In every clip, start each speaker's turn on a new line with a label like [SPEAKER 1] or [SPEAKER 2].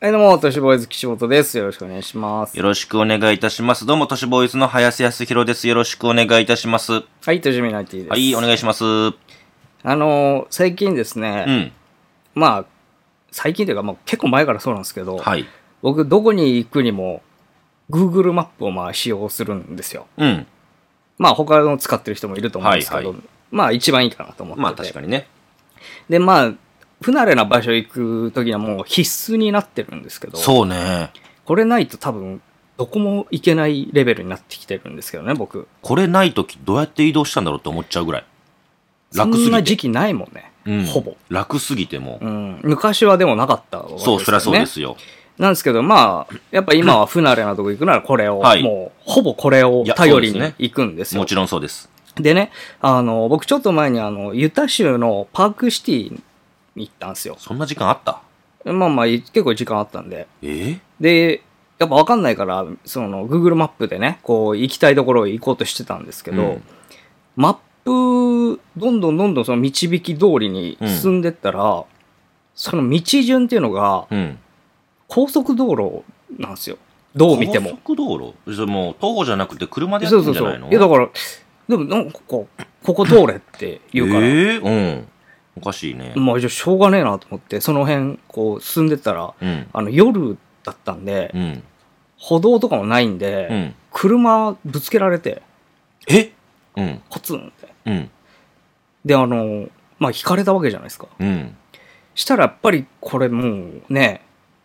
[SPEAKER 1] はい、どうも、都市ボーイズ岸本です。よろしくお願いします
[SPEAKER 2] よ。ろしくお願いいたします。どうも、都市ボーイズの林康弘です。よろしくお願いいたします。は
[SPEAKER 1] はい、都市ミナティです。
[SPEAKER 2] い、お願いします。うん。
[SPEAKER 1] あのー最近ですね、まあ、最近というか、まあ、結構前からそうなんですけど、
[SPEAKER 2] はい。
[SPEAKER 1] 僕、どこに行くにも、Google マップをまあ使用するんですよ。
[SPEAKER 2] うん。
[SPEAKER 1] まあ、他の使ってる人もいると思うんですけど、
[SPEAKER 2] はいは
[SPEAKER 1] まあ、一番いいかなと思ってて。
[SPEAKER 2] まあ、確かにね。
[SPEAKER 1] で、まあ、不慣れな場所行くときにはもう必須になってるんですけど、
[SPEAKER 2] そうね。
[SPEAKER 1] これないと多分、どこも行けないレベルになってきてるんですけどね、僕。
[SPEAKER 2] これないとき、どうやって移動したんだろうって思っちゃうぐらい。楽す
[SPEAKER 1] そんな
[SPEAKER 2] ぎて。
[SPEAKER 1] 時期ないもんね、
[SPEAKER 2] うん
[SPEAKER 1] ほぼ。
[SPEAKER 2] 楽すぎても
[SPEAKER 1] う。ん、昔はでもなかったわけですよ
[SPEAKER 2] そう、
[SPEAKER 1] ね。
[SPEAKER 2] そりゃそうですよ。
[SPEAKER 1] なんですけど、まあ、やっぱ今は不慣れなとこ行くならこれを、
[SPEAKER 2] はい
[SPEAKER 1] もう、ほぼこれを
[SPEAKER 2] いや
[SPEAKER 1] 頼りに
[SPEAKER 2] そうですね
[SPEAKER 1] 行くんですよ。
[SPEAKER 2] もちろんそうです。
[SPEAKER 1] でね、あの、僕ちょっと前にあの、ユタ州のパークシティに行ったんですよ。
[SPEAKER 2] そんな時間あった
[SPEAKER 1] まあまあ、結構時間あったんで。
[SPEAKER 2] ええ
[SPEAKER 1] で、やっぱわかんないから、その、Google マップでね、こう、行きたいところへ行こうとしてたんですけど、
[SPEAKER 2] うん
[SPEAKER 1] マップ、どんどんどんどんその導き通りに進んでったら、その道順っていうのが、
[SPEAKER 2] うん。
[SPEAKER 1] 高速道路なんですよ。どう見ても。
[SPEAKER 2] 高速道路それもう、徒歩じゃなくて車でやって
[SPEAKER 1] そ
[SPEAKER 2] る
[SPEAKER 1] うん
[SPEAKER 2] じ
[SPEAKER 1] そう
[SPEAKER 2] ゃ
[SPEAKER 1] そ
[SPEAKER 2] ないうの。
[SPEAKER 1] いや、だから、でも、なんかこう、ここ通れって言うから、
[SPEAKER 2] ええうん。おかしいね。
[SPEAKER 1] まあ、じゃあしょうがねえなと思って、その辺、こう、進んでったら、
[SPEAKER 2] うん。
[SPEAKER 1] あの、夜だったんで、
[SPEAKER 2] うん。
[SPEAKER 1] 歩道とかもないんで、
[SPEAKER 2] うん。
[SPEAKER 1] 車ぶつけられて、
[SPEAKER 2] えうん。
[SPEAKER 1] コツンって。
[SPEAKER 2] うん。
[SPEAKER 1] で、あの、まあ、引かれたわけじゃないですか。
[SPEAKER 2] うん。
[SPEAKER 1] したら、やっぱり、これもう、ね、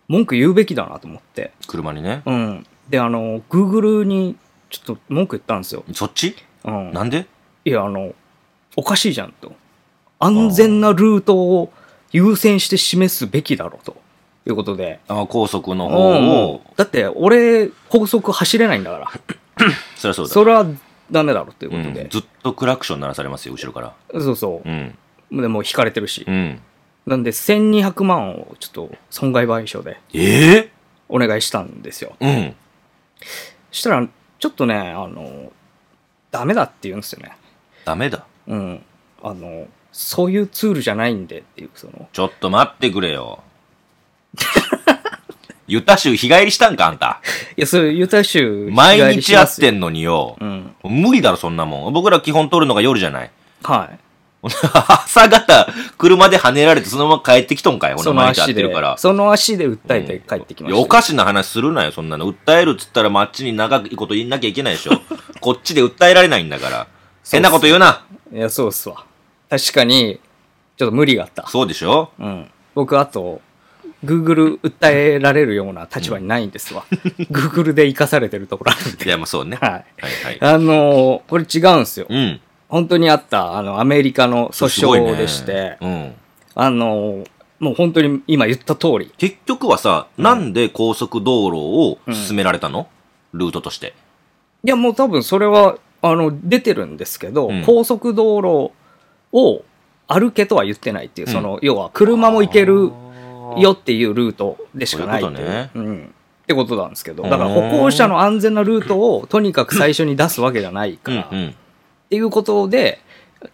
[SPEAKER 1] 文句言うべきだなと思って。
[SPEAKER 2] 車にね。
[SPEAKER 1] うん。で、あの、Google に、ちょっと文句言ったんですよ。
[SPEAKER 2] そっち
[SPEAKER 1] うん。
[SPEAKER 2] なんで
[SPEAKER 1] いや、あの、おかしいじゃんと。安全なルートを優先して示すべきだろうと。いうことで。
[SPEAKER 2] あ高速の方
[SPEAKER 1] も
[SPEAKER 2] を、
[SPEAKER 1] うだって、俺、高速走れないんだから。
[SPEAKER 2] そりゃそうだ。
[SPEAKER 1] それはダメだろうというこ
[SPEAKER 2] う
[SPEAKER 1] と
[SPEAKER 2] ん
[SPEAKER 1] で。
[SPEAKER 2] ずっとクラクション鳴らされますよ、後ろから。
[SPEAKER 1] そうそう
[SPEAKER 2] う。ん。
[SPEAKER 1] でも、引かれてるし
[SPEAKER 2] う。ん。
[SPEAKER 1] なんで、1200万をちょっと損害賠償で
[SPEAKER 2] ええ
[SPEAKER 1] お願いしたんですよ。
[SPEAKER 2] うん。
[SPEAKER 1] したら、ちょっとね、あの、ダメだって言うんですよね。
[SPEAKER 2] ダメだ。
[SPEAKER 1] うん。あの、そういうツールじゃないんでっていう、その、
[SPEAKER 2] ちょっと待ってくれよ。 ユタ州日帰りしたんか、あんた。
[SPEAKER 1] いや、そういうユタ州
[SPEAKER 2] 毎日会っ
[SPEAKER 1] ん
[SPEAKER 2] てんのによ。
[SPEAKER 1] うん。
[SPEAKER 2] 無理だろ、そんなもん。僕ら基本撮るのが夜じゃない。
[SPEAKER 1] はい。
[SPEAKER 2] 朝方、車で跳ねられてそのまま帰ってきとんかい。ほんな
[SPEAKER 1] その
[SPEAKER 2] 毎日
[SPEAKER 1] 足
[SPEAKER 2] 会って
[SPEAKER 1] で
[SPEAKER 2] るから、。
[SPEAKER 1] その足で訴えて帰ってきま
[SPEAKER 2] い
[SPEAKER 1] し
[SPEAKER 2] や
[SPEAKER 1] た。
[SPEAKER 2] おかしな話するなよ、そんなの。訴えるっつったら、まああっちに長いこと言いなきゃいけないでしょ。 こっちで訴えられないんだから。
[SPEAKER 1] そうっす
[SPEAKER 2] 変なこと言うな。
[SPEAKER 1] いや、そうっすわ。確かに、ちょっと無理があった。
[SPEAKER 2] そうでしょ
[SPEAKER 1] うん。僕、あと、Google 訴えられるような立場にないんです わ。Google で生かされてるところあるん
[SPEAKER 2] い
[SPEAKER 1] で。
[SPEAKER 2] や、まあそうね。は
[SPEAKER 1] はい。
[SPEAKER 2] いはい。
[SPEAKER 1] あのーこれ違うんすよ。
[SPEAKER 2] うん。
[SPEAKER 1] 本当にあった、あの、アメリカの訴
[SPEAKER 2] すごいね
[SPEAKER 1] 訟でして、
[SPEAKER 2] うん。
[SPEAKER 1] あのーもう本当に今言った通り、
[SPEAKER 2] 結局はさ、なんで高速道路を進められたの、ルートとして。
[SPEAKER 1] いや、もう多分それは、あの、出てるんですけど、
[SPEAKER 2] うん
[SPEAKER 1] 高速道路を歩けとは言ってないっていう、
[SPEAKER 2] うん
[SPEAKER 1] その、要は車も行けるよっていうルートでしかないっていう。
[SPEAKER 2] そういうこ
[SPEAKER 1] うん。ってことなんですけど、
[SPEAKER 2] うん
[SPEAKER 1] だから歩行者の安全なルートをとにかく最初に出すわけじゃないか
[SPEAKER 2] うんう
[SPEAKER 1] ら、っ
[SPEAKER 2] ん。
[SPEAKER 1] ていうことで、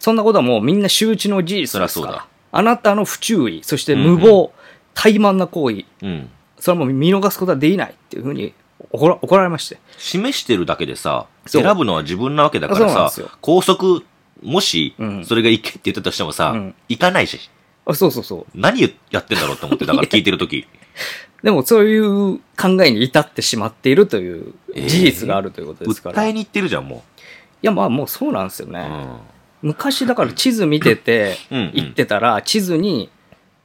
[SPEAKER 1] そんなことはもうみんな周知の事実です
[SPEAKER 2] そりゃそ
[SPEAKER 1] か
[SPEAKER 2] う
[SPEAKER 1] ら
[SPEAKER 2] だ、
[SPEAKER 1] あなたの不注意、そして
[SPEAKER 2] うん
[SPEAKER 1] 無謀、怠慢な行為、
[SPEAKER 2] うん。
[SPEAKER 1] それはもう見逃すことはできないっていうふうに怒ら怒られまして。
[SPEAKER 2] 示してるだけでさ、
[SPEAKER 1] そう
[SPEAKER 2] 選ぶのは自分なわけだか
[SPEAKER 1] そうなんで
[SPEAKER 2] ら
[SPEAKER 1] すよ
[SPEAKER 2] さ、高速、もし
[SPEAKER 1] うん、
[SPEAKER 2] それが行けって言ったとしてもさ、
[SPEAKER 1] うん
[SPEAKER 2] 行かないし、
[SPEAKER 1] あそうそうそう。
[SPEAKER 2] 何やってんだろうと思って、だから聞いてるとき。
[SPEAKER 1] でもそういう考えに至ってしまっているという事実があるということですから。
[SPEAKER 2] 訴え
[SPEAKER 1] い
[SPEAKER 2] に行ってるじゃん、も
[SPEAKER 1] や、まあもうそうなんですよ
[SPEAKER 2] う。う
[SPEAKER 1] ね。
[SPEAKER 2] ん。
[SPEAKER 1] 昔だから地図見てて、
[SPEAKER 2] うんうん
[SPEAKER 1] 行ってたら、地図に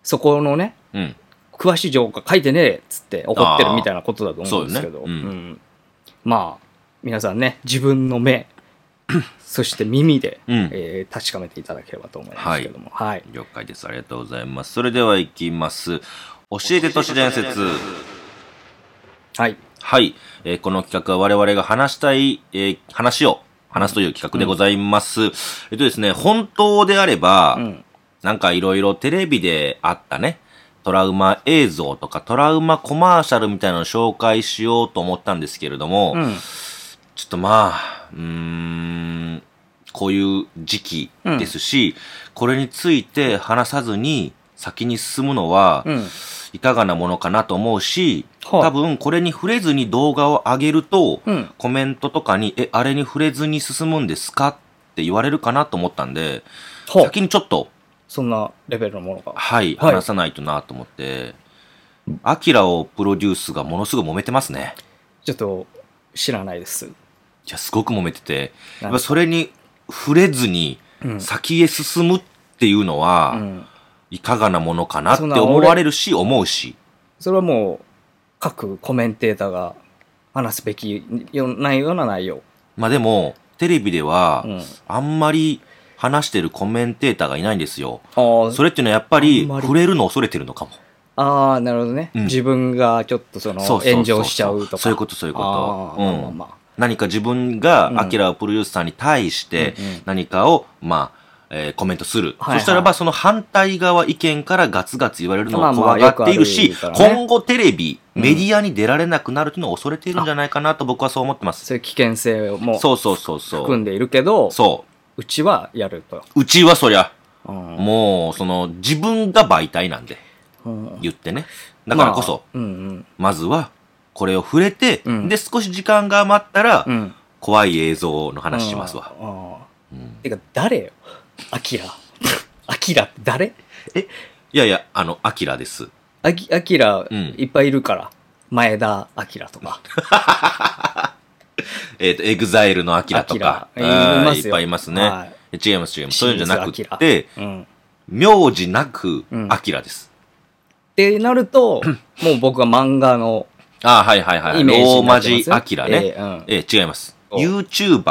[SPEAKER 1] そこのね、
[SPEAKER 2] うん。
[SPEAKER 1] 詳しい情報が書いてねえっつって怒ってるみたいなことだと思うんですけど。
[SPEAKER 2] あーそうよねうん
[SPEAKER 1] んまあ、皆さんね、自分の目、 そして耳で、
[SPEAKER 2] うん
[SPEAKER 1] えー確かめていただければと思いますけども。はい。
[SPEAKER 2] 了解です。ありがとうございます。それでは行きます。教えて都市伝説。
[SPEAKER 1] はい。
[SPEAKER 2] はい、えーこの企画は我々が話したい、えー話を話すという企画でございます。えっとですね、本当であれば、
[SPEAKER 1] うん。
[SPEAKER 2] なんかいろいろテレビであったね、トラウマ映像とかトラウマコマーシャルみたいなのを紹介しようと思ったんですけれども、
[SPEAKER 1] うん。
[SPEAKER 2] ちょっとまあ、うーん、こういう時期ですし、これについて話さずに先に進むのは、
[SPEAKER 1] うん。
[SPEAKER 2] いかがなものかなと思うし、
[SPEAKER 1] はい
[SPEAKER 2] 多分これに触れずに動画を上げると、
[SPEAKER 1] うん
[SPEAKER 2] コメントとかに、え、あれに触れずに進むんですかって言われるかなと思ったんで、
[SPEAKER 1] ほう
[SPEAKER 2] 先にちょっと、
[SPEAKER 1] そんなレベルのものが。
[SPEAKER 2] はい、
[SPEAKER 1] はい
[SPEAKER 2] 話さないとなと思って、アキラをプロデュースがものすごい揉めてますね。
[SPEAKER 1] ちょっと知らないです。
[SPEAKER 2] いや、すごく揉めてて、や
[SPEAKER 1] なん
[SPEAKER 2] っ
[SPEAKER 1] か
[SPEAKER 2] ぱそれに触れずに
[SPEAKER 1] うん
[SPEAKER 2] 先へ進むっていうの
[SPEAKER 1] う
[SPEAKER 2] は、
[SPEAKER 1] ん。
[SPEAKER 2] いかがなものかなって
[SPEAKER 1] そんな
[SPEAKER 2] 思われるし、思うし。
[SPEAKER 1] それはもう、各コメンテーターが話すべきようないような内容。
[SPEAKER 2] まあでも、テレビでは
[SPEAKER 1] う、ん。
[SPEAKER 2] あんまり話してるコメンテーターがいないんですよ。
[SPEAKER 1] ああ、
[SPEAKER 2] それっていうのはやっぱり
[SPEAKER 1] あんまり
[SPEAKER 2] 触れるのを恐れてるのかも。
[SPEAKER 1] ああ、なるほどね、
[SPEAKER 2] うん
[SPEAKER 1] 自分がちょっとその
[SPEAKER 2] そうそうそうそう
[SPEAKER 1] 炎上しちゃうとか。
[SPEAKER 2] そういうことそういうこと
[SPEAKER 1] ああ
[SPEAKER 2] うん
[SPEAKER 1] まあまあま
[SPEAKER 2] 何か自分
[SPEAKER 1] うん
[SPEAKER 2] がアキラプロデュースさんに対して
[SPEAKER 1] うんうん
[SPEAKER 2] 何かを、まあ、えーコメントする。
[SPEAKER 1] はいはい
[SPEAKER 2] そしたらばその反対側意見からガツガツ言われるの
[SPEAKER 1] まあ
[SPEAKER 2] を
[SPEAKER 1] まあ
[SPEAKER 2] 怖がっているし、
[SPEAKER 1] よくあるからね
[SPEAKER 2] 今後テレビ、
[SPEAKER 1] うん
[SPEAKER 2] メディアに出られなくなるというのを恐れているんじゃないかなと僕はそう思ってま
[SPEAKER 1] あ。
[SPEAKER 2] す。
[SPEAKER 1] そういう危険性も
[SPEAKER 2] そうそうそうそ
[SPEAKER 1] 含
[SPEAKER 2] う。
[SPEAKER 1] んでいるけど、
[SPEAKER 2] そう
[SPEAKER 1] ちはやると。
[SPEAKER 2] う。うちはそりゃ、
[SPEAKER 1] うん
[SPEAKER 2] もう、その、自分が媒体なんで、
[SPEAKER 1] うん
[SPEAKER 2] 言ってね。だからこそ、
[SPEAKER 1] まあうん
[SPEAKER 2] まずは、これを触れて、
[SPEAKER 1] うん
[SPEAKER 2] で、少し時間が余ったら、
[SPEAKER 1] うん。うん。
[SPEAKER 2] 怖い映像の話しますわ。
[SPEAKER 1] うん。うん
[SPEAKER 2] うん
[SPEAKER 1] てか、誰よアキラ。アキラって誰
[SPEAKER 2] いやいや、あの、アキラです。
[SPEAKER 1] アキアキラ
[SPEAKER 2] うん
[SPEAKER 1] いっぱいいるから。前田アキラとか。
[SPEAKER 2] えっ、と、エグザイルのアキラとか。
[SPEAKER 1] アキラ
[SPEAKER 2] うん
[SPEAKER 1] いますよ
[SPEAKER 2] っぱいいますね。
[SPEAKER 1] は
[SPEAKER 2] 違います違います。そういうんじゃなく
[SPEAKER 1] 清水ア
[SPEAKER 2] て、
[SPEAKER 1] うん。
[SPEAKER 2] 名字なく
[SPEAKER 1] う、ん
[SPEAKER 2] アキラです。
[SPEAKER 1] ってなる と、もう僕は漫画の
[SPEAKER 2] ああ、はいはいはい。
[SPEAKER 1] イメージ
[SPEAKER 2] ロー
[SPEAKER 1] にな
[SPEAKER 2] マ
[SPEAKER 1] ってま
[SPEAKER 2] 字
[SPEAKER 1] すよ
[SPEAKER 2] アキラね。
[SPEAKER 1] ええうん
[SPEAKER 2] えー違います。
[SPEAKER 1] お
[SPEAKER 2] YouTuber。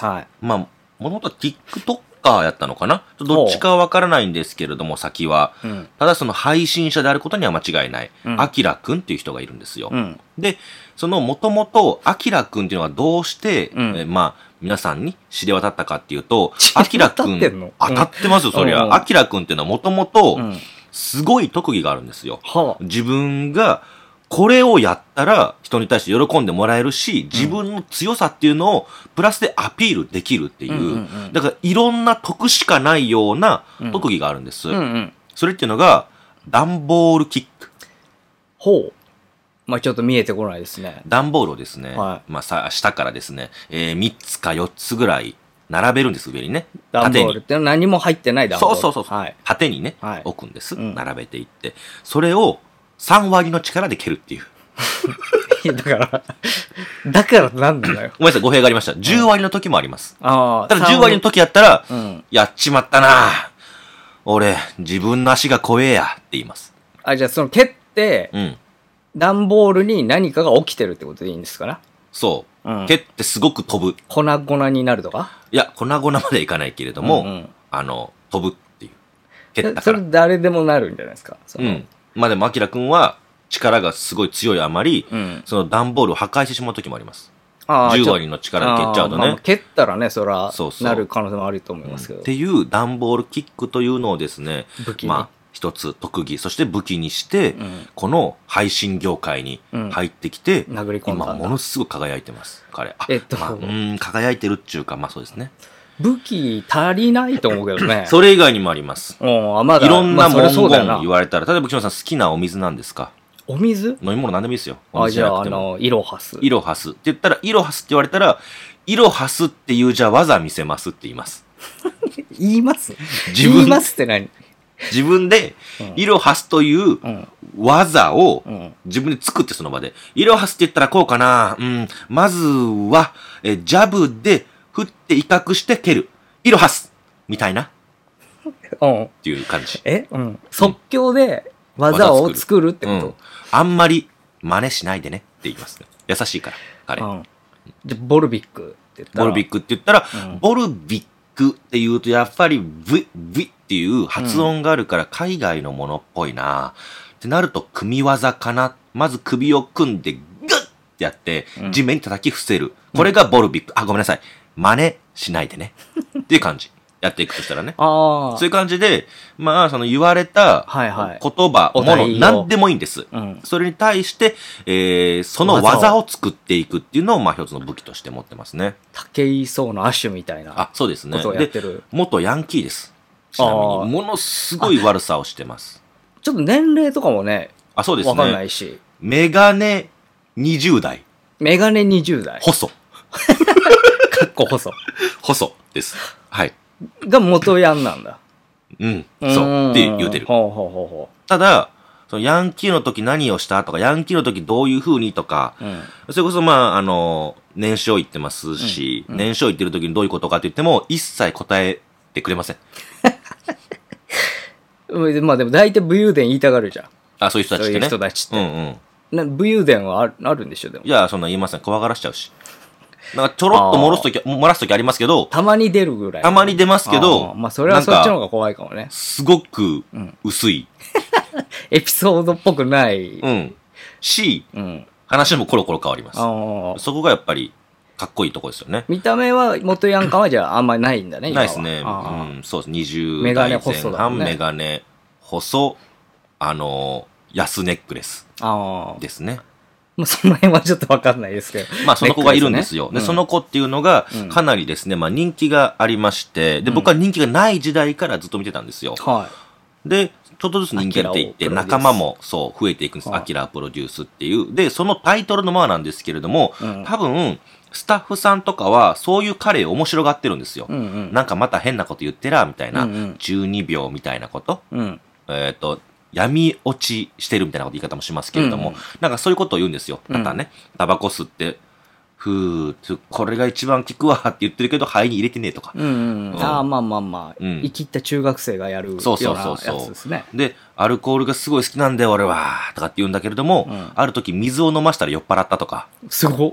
[SPEAKER 1] はい。
[SPEAKER 2] まあ、もともと TikToker やったのかなどっちかはわからないんですけれども、先は。
[SPEAKER 1] うん。
[SPEAKER 2] ただその配信者であることには間違いない。
[SPEAKER 1] うん
[SPEAKER 2] アキラくんっていう人がいるんですよ。
[SPEAKER 1] うん。
[SPEAKER 2] で、そのもともと、アキラくんっていうのはどうして、
[SPEAKER 1] うん
[SPEAKER 2] えーまあ、皆さんに知れ渡ったかっていうと
[SPEAKER 1] 知、れ
[SPEAKER 2] アキラく
[SPEAKER 1] 渡ってんの
[SPEAKER 2] ん、当たってますよ、そり
[SPEAKER 1] うんうん
[SPEAKER 2] ゃ。アキラくんっていうのはもともと
[SPEAKER 1] う、ん。
[SPEAKER 2] すごい特技があるんですよ。
[SPEAKER 1] は
[SPEAKER 2] 自分が、これをやったら人に対して喜んでもらえるし、自分の強さっていうのをプラスでアピールできるっていう。
[SPEAKER 1] うんうんうん
[SPEAKER 2] だからいろんな得しかないような特技があるんです。
[SPEAKER 1] あ。うんうん。
[SPEAKER 2] それっていうのが、段ボールキック。
[SPEAKER 1] ほう。まあちょっと見えてこないですね。
[SPEAKER 2] 段ボールをですね、
[SPEAKER 1] は
[SPEAKER 2] まあさ、下からですね、えー、3つか4つぐらい並べるんです、上にね。
[SPEAKER 1] 段ボ
[SPEAKER 2] 縦
[SPEAKER 1] ールっ
[SPEAKER 2] に。
[SPEAKER 1] て何も入ってない段ボー
[SPEAKER 2] そう
[SPEAKER 1] ル。
[SPEAKER 2] そうそうそう。
[SPEAKER 1] はい。
[SPEAKER 2] 縦にね、
[SPEAKER 1] はい
[SPEAKER 2] 置くんです、
[SPEAKER 1] うん
[SPEAKER 2] 並べていって。それを3割の力で蹴るっていう。
[SPEAKER 1] いやだから、だからなんだよ。
[SPEAKER 2] ごめんなさい、語弊がありました。10割の時もあります。
[SPEAKER 1] ああ。
[SPEAKER 2] ただ10割の
[SPEAKER 1] と
[SPEAKER 2] 時やったら、
[SPEAKER 1] うん。
[SPEAKER 2] やっちまったな俺、自分の足が怖えや、って言います。
[SPEAKER 1] あ、じゃあその蹴って、
[SPEAKER 2] うん。
[SPEAKER 1] 段ボールに何かが起きてるってことでいいんですかね
[SPEAKER 2] そう。
[SPEAKER 1] うん
[SPEAKER 2] 蹴ってすごく飛ぶ。
[SPEAKER 1] 粉々になるとか
[SPEAKER 2] いや、粉々まではいかないけれども、
[SPEAKER 1] うんうん
[SPEAKER 2] あの、飛ぶっていう。蹴った
[SPEAKER 1] そ
[SPEAKER 2] から
[SPEAKER 1] れ。誰でもなるんじゃないですか。そうの
[SPEAKER 2] ん。まあでも、アキラくんは力がすごい強いあまり、
[SPEAKER 1] うん。
[SPEAKER 2] その段ボールを破壊してしまう時もあります。
[SPEAKER 1] ああ
[SPEAKER 2] 10割の
[SPEAKER 1] ちょ
[SPEAKER 2] 力で蹴っち
[SPEAKER 1] あ
[SPEAKER 2] ゃうと
[SPEAKER 1] あまあま
[SPEAKER 2] ね
[SPEAKER 1] あ。蹴ったらね、そら
[SPEAKER 2] そう、そう
[SPEAKER 1] なる可能性もあると思いますけ
[SPEAKER 2] っ
[SPEAKER 1] ど。
[SPEAKER 2] ていう段ボールキックというのをですね、
[SPEAKER 1] 武器に
[SPEAKER 2] まあ、一つ特技、そして武器にして、
[SPEAKER 1] ん
[SPEAKER 2] この配信業界に
[SPEAKER 1] うん
[SPEAKER 2] 入ってきて、
[SPEAKER 1] 殴り込んだんだ
[SPEAKER 2] 今ものすごく輝いてます、彼。あ
[SPEAKER 1] えっと
[SPEAKER 2] まあ、うーん、輝いてるっていうか、まあそうですね。
[SPEAKER 1] 武器足りないと思うけどね。
[SPEAKER 2] それ以外にもあります。
[SPEAKER 1] うん、あまだ、
[SPEAKER 2] いろん
[SPEAKER 1] ま
[SPEAKER 2] な
[SPEAKER 1] あそ
[SPEAKER 2] 文
[SPEAKER 1] れそうだ
[SPEAKER 2] 言
[SPEAKER 1] よな
[SPEAKER 2] を言われたら、例えば、木村さん好きなお水なんですか
[SPEAKER 1] お水
[SPEAKER 2] 飲み物何でもいいですよ。お
[SPEAKER 1] あ、
[SPEAKER 2] 水
[SPEAKER 1] じ
[SPEAKER 2] じゃ
[SPEAKER 1] ゃ
[SPEAKER 2] な
[SPEAKER 1] あ、
[SPEAKER 2] く
[SPEAKER 1] あ
[SPEAKER 2] ても。
[SPEAKER 1] の、イロハス。
[SPEAKER 2] イロハスって言ったら、イロハスって言われたら、イロハスっていうじゃあ技見せますって言います。
[SPEAKER 1] 言います
[SPEAKER 2] 自分
[SPEAKER 1] 言いますって何
[SPEAKER 2] 自分で
[SPEAKER 1] うん、
[SPEAKER 2] イロハスという
[SPEAKER 1] うん。
[SPEAKER 2] 技を
[SPEAKER 1] うん。
[SPEAKER 2] 自分で作ってその場で。イロハスって言ったらこうかな。うん。まずは、え、ジャブで振って威嚇して蹴る。イロハスみたいなっ
[SPEAKER 1] うん。
[SPEAKER 2] ていう感じ。
[SPEAKER 1] えうん。即興で技を作るって
[SPEAKER 2] う
[SPEAKER 1] こ
[SPEAKER 2] ん。あんまり真似しないでねって言います、ね。優しいから、
[SPEAKER 1] と
[SPEAKER 2] 彼。
[SPEAKER 1] うん。じゃあ、ボルビックって言った
[SPEAKER 2] ボ
[SPEAKER 1] ら。
[SPEAKER 2] ルビックって言ったら、
[SPEAKER 1] うん
[SPEAKER 2] ボルビックって言うとやっぱりブブっていう発音があるから海外のものっぽいな、ってなると組み技かな。まず首を組んでグッってやって
[SPEAKER 1] うん
[SPEAKER 2] 地面に叩き伏せる。これがボルビック。あ、ごめんなさい。真似しないでね。 っていう感じ。やっていくとしたらね。
[SPEAKER 1] ああ。
[SPEAKER 2] そういう感じで、まあ、その言われた
[SPEAKER 1] はいはい
[SPEAKER 2] 言葉、
[SPEAKER 1] お
[SPEAKER 2] も
[SPEAKER 1] 題を
[SPEAKER 2] の、何でもいいんです。
[SPEAKER 1] うん。
[SPEAKER 2] それに対して、えーその技を作っていくっていうのを、まあ、一つの武器として持ってますね。
[SPEAKER 1] 竹井壮の亜種みたいな
[SPEAKER 2] あ、そうです
[SPEAKER 1] こ
[SPEAKER 2] ね
[SPEAKER 1] とを。やっ
[SPEAKER 2] で
[SPEAKER 1] て、る。
[SPEAKER 2] 元ヤンキーです。ちなみ
[SPEAKER 1] あー
[SPEAKER 2] に、ものすごい悪さをしてます。
[SPEAKER 1] ちょっと年齢とかもね、
[SPEAKER 2] あ、そうです
[SPEAKER 1] わかんな
[SPEAKER 2] ね。
[SPEAKER 1] いし、
[SPEAKER 2] メガネ20代、
[SPEAKER 1] メガネ20代、
[SPEAKER 2] 細、
[SPEAKER 1] かっこ細
[SPEAKER 2] 細です。はい。
[SPEAKER 1] が元ヤンなんだ。
[SPEAKER 2] うん、そう。って言うてる。
[SPEAKER 1] ほうほうほうほ
[SPEAKER 2] ただ、そのヤンキーの時何をしたとか、ヤンキーの時どういう風にとか、
[SPEAKER 1] う。うん。
[SPEAKER 2] それこそまあ、あの、年少言ってますし、
[SPEAKER 1] うんうん
[SPEAKER 2] 年少言ってる時にどういうことかって言っても、一切答えてくれません。
[SPEAKER 1] うんまあでも大体武勇伝言いたがるじゃん。
[SPEAKER 2] あ、そういう人た
[SPEAKER 1] そう
[SPEAKER 2] ちっ
[SPEAKER 1] い
[SPEAKER 2] て
[SPEAKER 1] う
[SPEAKER 2] ね。
[SPEAKER 1] 人たちっ
[SPEAKER 2] うん
[SPEAKER 1] て。
[SPEAKER 2] うん。
[SPEAKER 1] な武勇伝はあるあるんでしょ、でも
[SPEAKER 2] い。や、そんな言いません。怖がらしちゃうし。なんかちょろっと漏らすとき、漏らすときありますけど、
[SPEAKER 1] たまに出るぐらい。
[SPEAKER 2] たまに出ますけ
[SPEAKER 1] あー
[SPEAKER 2] ど、
[SPEAKER 1] まあそれはそっちの方
[SPEAKER 2] なんか
[SPEAKER 1] が怖いかもね。
[SPEAKER 2] すごく
[SPEAKER 1] うん
[SPEAKER 2] 薄い。
[SPEAKER 1] エピソードっぽくない。
[SPEAKER 2] うん。し、
[SPEAKER 1] うん。
[SPEAKER 2] 話もコロコロ変わりま
[SPEAKER 1] あ
[SPEAKER 2] す。
[SPEAKER 1] あ。
[SPEAKER 2] そこがやっぱり、かっこいいとこですよね。
[SPEAKER 1] 見た目は元ヤン感はじゃああんまりないんだね、今
[SPEAKER 2] な
[SPEAKER 1] はい
[SPEAKER 2] ですね。
[SPEAKER 1] あ
[SPEAKER 2] うん、そうです。20
[SPEAKER 1] メガ
[SPEAKER 2] 代
[SPEAKER 1] ネ
[SPEAKER 2] 前
[SPEAKER 1] 細だも
[SPEAKER 2] 半、
[SPEAKER 1] んね
[SPEAKER 2] メガネ、細、あのー、安ネックレス
[SPEAKER 1] あああ。
[SPEAKER 2] ですね。
[SPEAKER 1] まあその辺はちょっとわかんないですけど。
[SPEAKER 2] まあ、その子がいるんですよ。
[SPEAKER 1] ネックレスねう
[SPEAKER 2] で、
[SPEAKER 1] ん
[SPEAKER 2] その子っていうのが
[SPEAKER 1] うん、
[SPEAKER 2] かなりですね、まあ、人気がありまして、で、
[SPEAKER 1] うん
[SPEAKER 2] 僕は人気がない時代からずっと見てたんですよ。
[SPEAKER 1] は
[SPEAKER 2] で、ちょっとずつ人気が出ていって、
[SPEAKER 1] アキラをプロデュース
[SPEAKER 2] 仲間も、そう、増えていくんです。
[SPEAKER 1] はい
[SPEAKER 2] アキラプロデュースっていう。で、そのタイトルのままなんですけれども、
[SPEAKER 1] うん
[SPEAKER 2] 多分、スタッフさんとかは、そういう彼を面白がってるんですよ
[SPEAKER 1] い。う。んうん。
[SPEAKER 2] なんかまた変なこと言ってら、みたいな。
[SPEAKER 1] うんうん
[SPEAKER 2] 12秒みたいなこと。
[SPEAKER 1] うん。
[SPEAKER 2] えっ、と、闇落ちしてるみたいなこと言い方もしますけれども、
[SPEAKER 1] うん
[SPEAKER 2] なんかそういうことを言うんですよ。
[SPEAKER 1] うん
[SPEAKER 2] またね、タバコ吸って、ふー、つこれが一番効くわって言ってるけど、肺に入れてねえとか。
[SPEAKER 1] うんうん
[SPEAKER 2] う
[SPEAKER 1] うんん。ああ、まあまあまあ。
[SPEAKER 2] うん
[SPEAKER 1] 生きった中学生がやるような
[SPEAKER 2] そうそうそう
[SPEAKER 1] や
[SPEAKER 2] そう
[SPEAKER 1] つですね。
[SPEAKER 2] で、アルコールがすごい好きなんだよ、俺は、とかって言うんだけれども、
[SPEAKER 1] うん
[SPEAKER 2] ある時水を飲ましたら酔っ払った とか、
[SPEAKER 1] すごっ。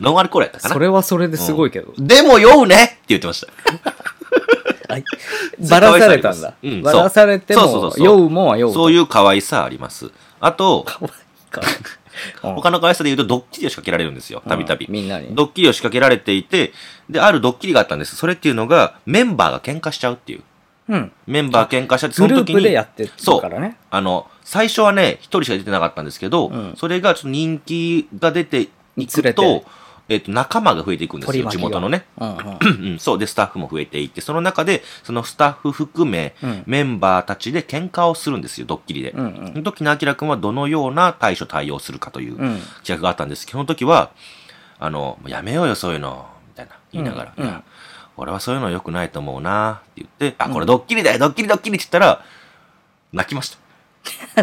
[SPEAKER 2] ノンアルコールやったかな。
[SPEAKER 1] それはそれですごいけど。
[SPEAKER 2] でも酔うねって言ってました。
[SPEAKER 1] はいばらされたんだ。
[SPEAKER 2] うん
[SPEAKER 1] ばらされても、
[SPEAKER 2] そうそうそうそう
[SPEAKER 1] 酔うもんは酔うと。
[SPEAKER 2] そういう可愛さあります。あと、
[SPEAKER 1] 可愛いか。うん
[SPEAKER 2] 他の可愛さで言うと、ドッキリを仕掛けられるんですよ、たびたび
[SPEAKER 1] うん。みんなに。
[SPEAKER 2] ドッキリを仕掛けられていて、で、あるドッキリがあったんです。それっていうのが、メンバーが喧嘩しちゃうっていう。
[SPEAKER 1] うん。
[SPEAKER 2] メンバー喧嘩しちゃって、そ
[SPEAKER 1] グル
[SPEAKER 2] の
[SPEAKER 1] ー
[SPEAKER 2] 時
[SPEAKER 1] プで
[SPEAKER 2] に
[SPEAKER 1] や、ってるからね。
[SPEAKER 2] あの、最初はね、一人しか出てなかったんですけど、
[SPEAKER 1] うん
[SPEAKER 2] それがちょっと人気が出てい
[SPEAKER 1] ず
[SPEAKER 2] く
[SPEAKER 1] れて
[SPEAKER 2] と、えっと、仲間が増えていくんです
[SPEAKER 1] 取り
[SPEAKER 2] よ、
[SPEAKER 1] 巻
[SPEAKER 2] 地
[SPEAKER 1] きが
[SPEAKER 2] 元のね。
[SPEAKER 1] うんうん。
[SPEAKER 2] うんそうで、スタッフも増えていって、その中で、そのスタッフ含め、
[SPEAKER 1] うん
[SPEAKER 2] メンバーたちで喧嘩をするんですよ、ドッキリで。
[SPEAKER 1] うん
[SPEAKER 2] その時に、アキラくんはどのような対処対応するかという
[SPEAKER 1] うん。うん。
[SPEAKER 2] 企画があったんですけど、その時は、あの、やめようよ、そういうの、みたいな、言いながら、
[SPEAKER 1] うん
[SPEAKER 2] いや俺はそういうの良くないと思うな、って言って、あ、これドッキリだよ、ドッキリドッキリって言ったら、泣きまし た。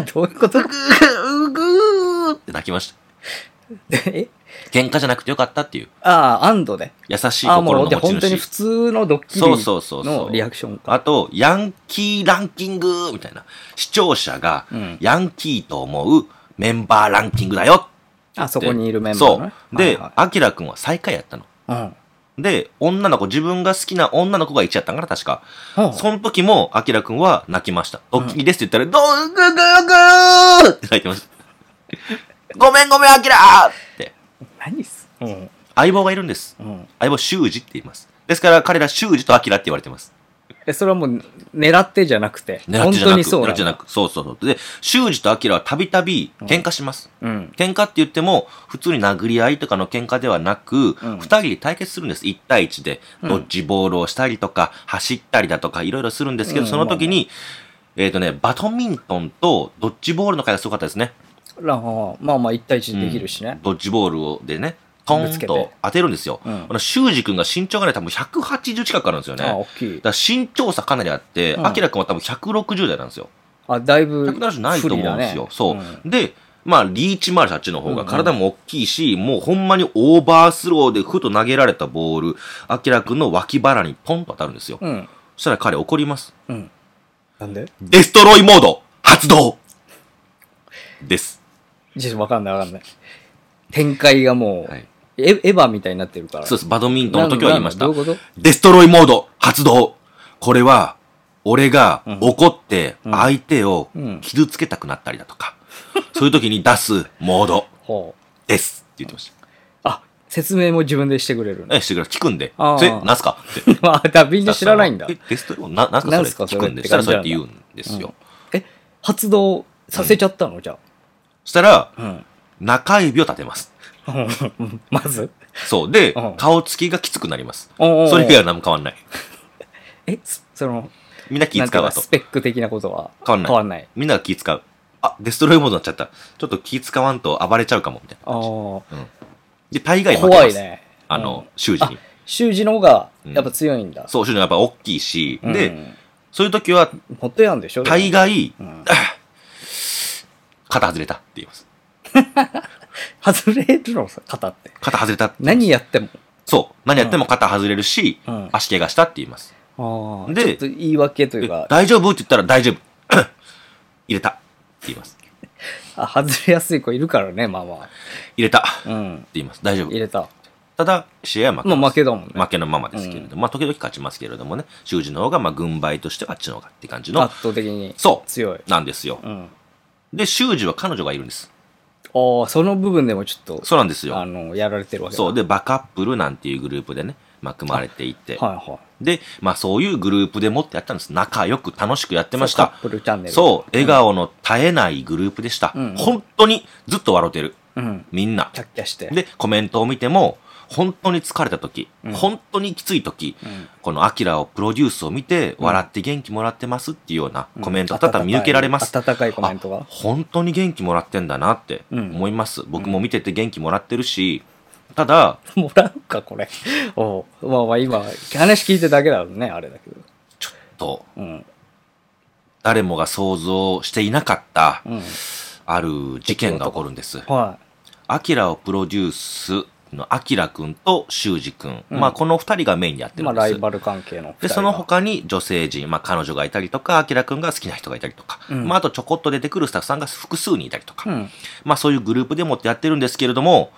[SPEAKER 1] どういうこと
[SPEAKER 2] うぐーって泣きました。
[SPEAKER 1] え
[SPEAKER 2] 喧嘩じゃなくてよかったっていう、
[SPEAKER 1] ああ、安堵で。
[SPEAKER 2] 優しい
[SPEAKER 1] ああ、も
[SPEAKER 2] 心
[SPEAKER 1] う、
[SPEAKER 2] の
[SPEAKER 1] で、
[SPEAKER 2] 持ち
[SPEAKER 1] 本当に
[SPEAKER 2] 主
[SPEAKER 1] 普。通のドッキ
[SPEAKER 2] そうそうそう
[SPEAKER 1] リ
[SPEAKER 2] そう
[SPEAKER 1] のリアクションか。
[SPEAKER 2] あと、ヤンキーランキングみたいな。視聴者が
[SPEAKER 1] うん、
[SPEAKER 2] ヤンキーと思うメンバーランキングだよ
[SPEAKER 1] あそこにいるメンバーのね
[SPEAKER 2] そう。で
[SPEAKER 1] は、
[SPEAKER 2] アキラくんは最下位やったの。
[SPEAKER 1] いはい
[SPEAKER 2] で、女の子、自分が好きな女の子が1やったんかな、確か。
[SPEAKER 1] うんはあ
[SPEAKER 2] その時も、アキラくんは泣きました。ドッキリですって言ったら、どうぐぐぐーって泣いてま した。ごめんごめん、アキラーって。
[SPEAKER 1] 何っすうん。
[SPEAKER 2] 相棒がいるんです。
[SPEAKER 1] うん。
[SPEAKER 2] 相棒、修二って言います。ですから、彼ら修二とアキラって言われてます。
[SPEAKER 1] え、それはもう、狙ってじゃなくて。
[SPEAKER 2] 狙っ
[SPEAKER 1] 本
[SPEAKER 2] てじゃ
[SPEAKER 1] 当
[SPEAKER 2] な
[SPEAKER 1] に
[SPEAKER 2] く、
[SPEAKER 1] そう
[SPEAKER 2] 狙
[SPEAKER 1] な
[SPEAKER 2] っ
[SPEAKER 1] ん
[SPEAKER 2] てじゃな
[SPEAKER 1] だ。
[SPEAKER 2] く、そうそうそう。で、修二とアキラはたびたび喧嘩します。
[SPEAKER 1] うん。
[SPEAKER 2] 喧嘩って言っても、普通に殴り合いとかの喧嘩ではなく、二、
[SPEAKER 1] ん
[SPEAKER 2] 人で対決するんです。一対一で。
[SPEAKER 1] うん
[SPEAKER 2] ドッジボールをしたりとか、走ったりだとか、いろいろするんですけど、
[SPEAKER 1] うん
[SPEAKER 2] その時に、えっ、とね、バドミントンとドッジボールの会がすごかったですね。
[SPEAKER 1] らはまあまあ、一対一でできるしね。
[SPEAKER 2] ドッジボールをでね、ト
[SPEAKER 1] ぶ
[SPEAKER 2] ン
[SPEAKER 1] つけ
[SPEAKER 2] と
[SPEAKER 1] て
[SPEAKER 2] 当てるんですよ。
[SPEAKER 1] うん
[SPEAKER 2] あの、修二君が身長がね、多分180近くあるんですよね。
[SPEAKER 1] ああ、
[SPEAKER 2] だ
[SPEAKER 1] 大きい。
[SPEAKER 2] から身長差かなりあって、
[SPEAKER 1] うん
[SPEAKER 2] アキラ君は多分160代なんですよ。
[SPEAKER 1] あ、だいぶ不利だね。
[SPEAKER 2] 170ないと思うんですよ。そう、
[SPEAKER 1] ん
[SPEAKER 2] で、まあ、リーチマルシャっちの方
[SPEAKER 1] うんう
[SPEAKER 2] が
[SPEAKER 1] ん
[SPEAKER 2] 体も大きいし、もうほんまにオーバースローでふと投げられたボール、アキラくんの脇腹にポンと当たるんですよ。
[SPEAKER 1] うん。
[SPEAKER 2] そしたら彼怒ります。
[SPEAKER 1] うん。なんで
[SPEAKER 2] デストロイモード発動です。
[SPEAKER 1] ちょっとわかんないわかんない。展開がもう、
[SPEAKER 2] はい。
[SPEAKER 1] エエヴァみたいになってるから。
[SPEAKER 2] そ
[SPEAKER 1] う
[SPEAKER 2] うです。バドミントンの時は言いました
[SPEAKER 1] どう。いうこと
[SPEAKER 2] デストロイモード発動これは、俺が怒って
[SPEAKER 1] うん
[SPEAKER 2] 相手を
[SPEAKER 1] うん
[SPEAKER 2] 傷つけたくなったりだとか、そういう時に出すモード
[SPEAKER 1] ほう。
[SPEAKER 2] ですって言ってました。
[SPEAKER 1] あ、説明も自分でしてくれるの。
[SPEAKER 2] え、してくれ。聞くんで。
[SPEAKER 1] あー
[SPEAKER 2] え、なんすかって。
[SPEAKER 1] まあ、ダビンで知らないんだ
[SPEAKER 2] え。、デストロイな、なん
[SPEAKER 1] なん
[SPEAKER 2] す
[SPEAKER 1] す
[SPEAKER 2] か
[SPEAKER 1] か
[SPEAKER 2] それ
[SPEAKER 1] そ
[SPEAKER 2] 聞
[SPEAKER 1] れ
[SPEAKER 2] くんで。
[SPEAKER 1] っ
[SPEAKER 2] そ
[SPEAKER 1] て
[SPEAKER 2] したら
[SPEAKER 1] 感じなんだ
[SPEAKER 2] そうやって言うんですよ。
[SPEAKER 1] え、発動させちゃったのじゃ
[SPEAKER 2] そしたら、
[SPEAKER 1] あ。うん。
[SPEAKER 2] 中指を立てます。
[SPEAKER 1] まず。
[SPEAKER 2] そう。で
[SPEAKER 1] うん、
[SPEAKER 2] 顔つきがきつくなります。
[SPEAKER 1] おうおうおう
[SPEAKER 2] それ以外は何も変わんない。
[SPEAKER 1] え、そその、
[SPEAKER 2] みんな気
[SPEAKER 1] なん
[SPEAKER 2] 使う
[SPEAKER 1] か
[SPEAKER 2] わと
[SPEAKER 1] ス。ペック的なことは
[SPEAKER 2] 変わんない
[SPEAKER 1] 変わんない。
[SPEAKER 2] みんなが気使う。あ、デストロイモードになっちゃった。ちょっと気使わんと暴れちゃうかも、みたい
[SPEAKER 1] あ
[SPEAKER 2] な
[SPEAKER 1] あ
[SPEAKER 2] 感じ。で、大概負けます。
[SPEAKER 1] 怖いね。
[SPEAKER 2] あの
[SPEAKER 1] うん、、
[SPEAKER 2] 修士に。
[SPEAKER 1] 修士の方がやっぱ強いんだ。
[SPEAKER 2] そう、修士のやっぱ大きいし、
[SPEAKER 1] うん
[SPEAKER 2] で、、そういう時は、
[SPEAKER 1] 持ってやんでしょ
[SPEAKER 2] 大概、
[SPEAKER 1] うん
[SPEAKER 2] 肩外れたって言います。
[SPEAKER 1] 外れるのさ、肩って。
[SPEAKER 2] 肩外れたって言います
[SPEAKER 1] 何やっても。
[SPEAKER 2] そう。何やっても肩外れるし、
[SPEAKER 1] うん
[SPEAKER 2] 足怪我したって言います。
[SPEAKER 1] ああ。
[SPEAKER 2] で
[SPEAKER 1] ちょっと言い訳という
[SPEAKER 2] で
[SPEAKER 1] か、
[SPEAKER 2] 大丈夫って言ったら大丈夫。 入れたって言います。
[SPEAKER 1] あ外れやすい子いるからね、まあま
[SPEAKER 2] 入れたって
[SPEAKER 1] あ。うん。
[SPEAKER 2] 言います。大丈夫
[SPEAKER 1] 入。れた。
[SPEAKER 2] ただ、試合は負け
[SPEAKER 1] もう
[SPEAKER 2] ます
[SPEAKER 1] 負けだもんね。
[SPEAKER 2] 負けのままですけれども、まあ時々勝ちますけれどもね、修士の方がまあ軍配としてはあっちの方がって感じの、
[SPEAKER 1] 圧倒的に
[SPEAKER 2] そ
[SPEAKER 1] 強い。
[SPEAKER 2] う、なんですよ。
[SPEAKER 1] うん。
[SPEAKER 2] で、修士は彼女がいるんです。
[SPEAKER 1] ああ、その部分でもちょっと、
[SPEAKER 2] そうなんです
[SPEAKER 1] あ
[SPEAKER 2] よ。
[SPEAKER 1] の、やられてるわけだ
[SPEAKER 2] そう、で、バカップルなんていうグループでね、まあ組まれていて、
[SPEAKER 1] はいはい。
[SPEAKER 2] で、まあそういうグループでもってやったんです。仲良く楽しくやってまし
[SPEAKER 1] カ
[SPEAKER 2] た
[SPEAKER 1] ッ。プルチャンネル。
[SPEAKER 2] そう、笑顔の絶えないグループでした。
[SPEAKER 1] うん
[SPEAKER 2] 本当にずっと笑ってる。
[SPEAKER 1] う。うん。
[SPEAKER 2] みんな
[SPEAKER 1] キ。ャッキャして。
[SPEAKER 2] で、コメントを見ても、本当に疲れた時、
[SPEAKER 1] うん
[SPEAKER 2] 本当にきつい時、
[SPEAKER 1] うん、
[SPEAKER 2] このアキラをプロデュースを見て、
[SPEAKER 1] うん
[SPEAKER 2] 笑って元気もらってますっていうようなコメントがただ見受けられます。
[SPEAKER 1] 温かい温かいコメント
[SPEAKER 2] あ
[SPEAKER 1] が。
[SPEAKER 2] 本当に元気もらってんだなって
[SPEAKER 1] うん
[SPEAKER 2] 思います。僕も見てて元気もらってるし、ただ、
[SPEAKER 1] もらうか、これ。おうまあまあ今、話聞いてだけだろうね、あれだけど。
[SPEAKER 2] ちょっと、
[SPEAKER 1] うん。
[SPEAKER 2] 誰もが想像していなかった、
[SPEAKER 1] うん。
[SPEAKER 2] ある事件が起こるんです。
[SPEAKER 1] は
[SPEAKER 2] アキラをプロデュースのアキラくんと修二くん。
[SPEAKER 1] うん
[SPEAKER 2] まあ、この二人がメインでやっ
[SPEAKER 1] い。
[SPEAKER 2] て
[SPEAKER 1] ま
[SPEAKER 2] る
[SPEAKER 1] あ
[SPEAKER 2] んです。
[SPEAKER 1] ライバル関係の。
[SPEAKER 2] で、その。他に女性陣、まあ、彼女がいたりとか、アキラくんが好きな人がいたりとか、
[SPEAKER 1] うん
[SPEAKER 2] まあ、あとちょこっと出てくるスタッフさんが複数にいたりとか、
[SPEAKER 1] うん。
[SPEAKER 2] まあそういうグループでもってやってるんですけれども、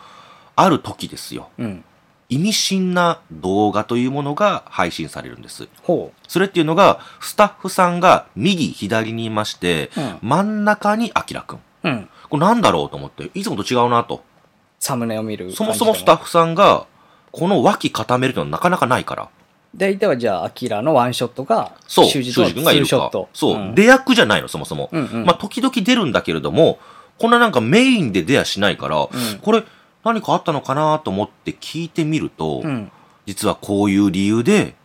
[SPEAKER 2] ある時ですよ、
[SPEAKER 1] うん。
[SPEAKER 2] 意味深な動画というものが配信されるんです。
[SPEAKER 1] ほ
[SPEAKER 2] それっていうのが、スタッフさんが右、左にいまして、
[SPEAKER 1] うん
[SPEAKER 2] 真ん中にアキラくん。
[SPEAKER 1] う。うん。
[SPEAKER 2] これなんだろうと思って、いつもと違うなと。
[SPEAKER 1] サムネを見る。
[SPEAKER 2] そもそもスタ。ッフさんが、この脇固めるのはなかなかないから。
[SPEAKER 1] 大体はじゃあ、アキラのワンショットが、
[SPEAKER 2] そう、
[SPEAKER 1] 修二
[SPEAKER 2] 修二
[SPEAKER 1] との
[SPEAKER 2] 君がいる
[SPEAKER 1] ツーショッ
[SPEAKER 2] か
[SPEAKER 1] ト。
[SPEAKER 2] そう、
[SPEAKER 1] ん
[SPEAKER 2] 出役じゃないの、そもそも。
[SPEAKER 1] うんうん
[SPEAKER 2] まあ、時々出るんだけれども、こんななんかメインで出やしないから、
[SPEAKER 1] ん
[SPEAKER 2] これ、何かあったのかなと思って聞いてみると、
[SPEAKER 1] うん。
[SPEAKER 2] 実はこういう理由で、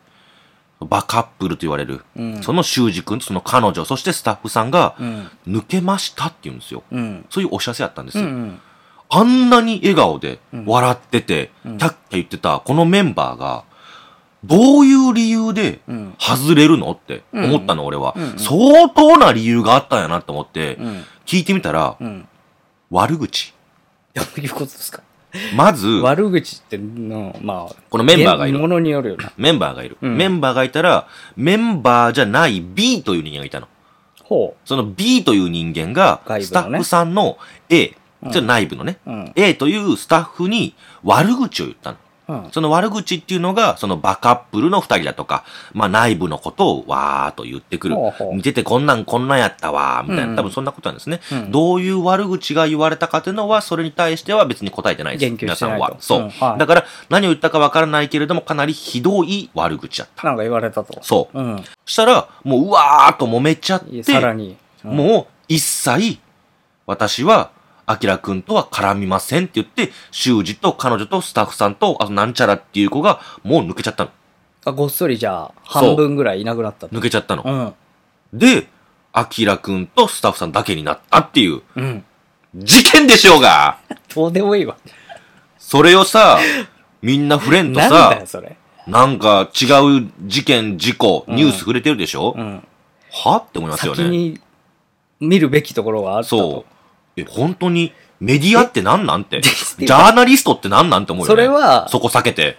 [SPEAKER 2] バカップルと言われる、
[SPEAKER 1] うん
[SPEAKER 2] その修二君とその彼女、そしてスタッフさんが
[SPEAKER 1] う、ん。
[SPEAKER 2] 抜けましたって言うんですよ。
[SPEAKER 1] うん。
[SPEAKER 2] そういうお知らせやったんです
[SPEAKER 1] うんう
[SPEAKER 2] よ。
[SPEAKER 1] ん。
[SPEAKER 2] あんなに笑顔で
[SPEAKER 1] うん
[SPEAKER 2] 笑ってて、
[SPEAKER 1] うん
[SPEAKER 2] キャッキャ言ってたこのメンバーが、どういう理由で
[SPEAKER 1] うん。
[SPEAKER 2] 外れるのって思ったの、俺は
[SPEAKER 1] うんうん。
[SPEAKER 2] 相当な理由があったんやなと思って
[SPEAKER 1] う、ん。
[SPEAKER 2] 聞いてみたら、
[SPEAKER 1] うん。
[SPEAKER 2] 悪口。
[SPEAKER 1] どういうことですか
[SPEAKER 2] まず、
[SPEAKER 1] 悪口っての、まあ、
[SPEAKER 2] このメンバーがいる
[SPEAKER 1] ものによる よな。
[SPEAKER 2] メンバーがいる。
[SPEAKER 1] うん
[SPEAKER 2] メンバーがいたら、メンバーじゃない B という人間がいたの。
[SPEAKER 1] ほ
[SPEAKER 2] その B という人間が、
[SPEAKER 1] 外部のね
[SPEAKER 2] スタッフさんの A、じゃ内部のね、
[SPEAKER 1] う。うん。
[SPEAKER 2] A というスタッフに悪口を言ったの。
[SPEAKER 1] うん。
[SPEAKER 2] その悪口っていうのが、そのバカップルの二人だとか、まあ内部のことをわーっと言ってくる
[SPEAKER 1] ほうほ。う
[SPEAKER 2] 見ててこんなんこんなんやったわー、みたい
[SPEAKER 1] うん
[SPEAKER 2] な。多分そんなことなんですね
[SPEAKER 1] うん。
[SPEAKER 2] どういう悪口が言われたかというのは、それに対しては別に答えてないです。
[SPEAKER 1] 言及
[SPEAKER 2] 皆
[SPEAKER 1] して
[SPEAKER 2] さ
[SPEAKER 1] ない
[SPEAKER 2] ん
[SPEAKER 1] と
[SPEAKER 2] は。そううん
[SPEAKER 1] はい。
[SPEAKER 2] だから何を言ったかわからないけれども、かなりひどい悪口だった。
[SPEAKER 1] なんか言われたと。
[SPEAKER 2] そう。
[SPEAKER 1] うん。
[SPEAKER 2] したら、もううわーっと揉めちゃっ
[SPEAKER 1] いや
[SPEAKER 2] て、
[SPEAKER 1] さらに。うん
[SPEAKER 2] もう一切私は、アキラくんとは絡みませんって言って、修二と彼女とスタッフさんと、あとなんちゃらっていう子がもう抜けちゃったの。
[SPEAKER 1] あ、ごっそりじゃあ、
[SPEAKER 2] そう
[SPEAKER 1] 半分ぐらいいなくなったと。
[SPEAKER 2] 抜けちゃったの。
[SPEAKER 1] うん。
[SPEAKER 2] で、アキラくんとスタッフさんだけになったっていう、
[SPEAKER 1] うん。
[SPEAKER 2] 事件でしょうが
[SPEAKER 1] どうでもいいわ。
[SPEAKER 2] それをさ、みんなフレンと
[SPEAKER 1] なんだ
[SPEAKER 2] さ
[SPEAKER 1] よ、、それ。
[SPEAKER 2] なんか違う事件、事故、ニュース触れてるでしょ、
[SPEAKER 1] うん。
[SPEAKER 2] はって思いますよ
[SPEAKER 1] 先
[SPEAKER 2] ね。
[SPEAKER 1] に見るべきところがあった
[SPEAKER 2] そ
[SPEAKER 1] と。
[SPEAKER 2] う。え、本当に、メディアって何なんて。ジ
[SPEAKER 1] ですよ
[SPEAKER 2] ャーナリストって何なんて思うよね。
[SPEAKER 1] それは
[SPEAKER 2] そこ避けて。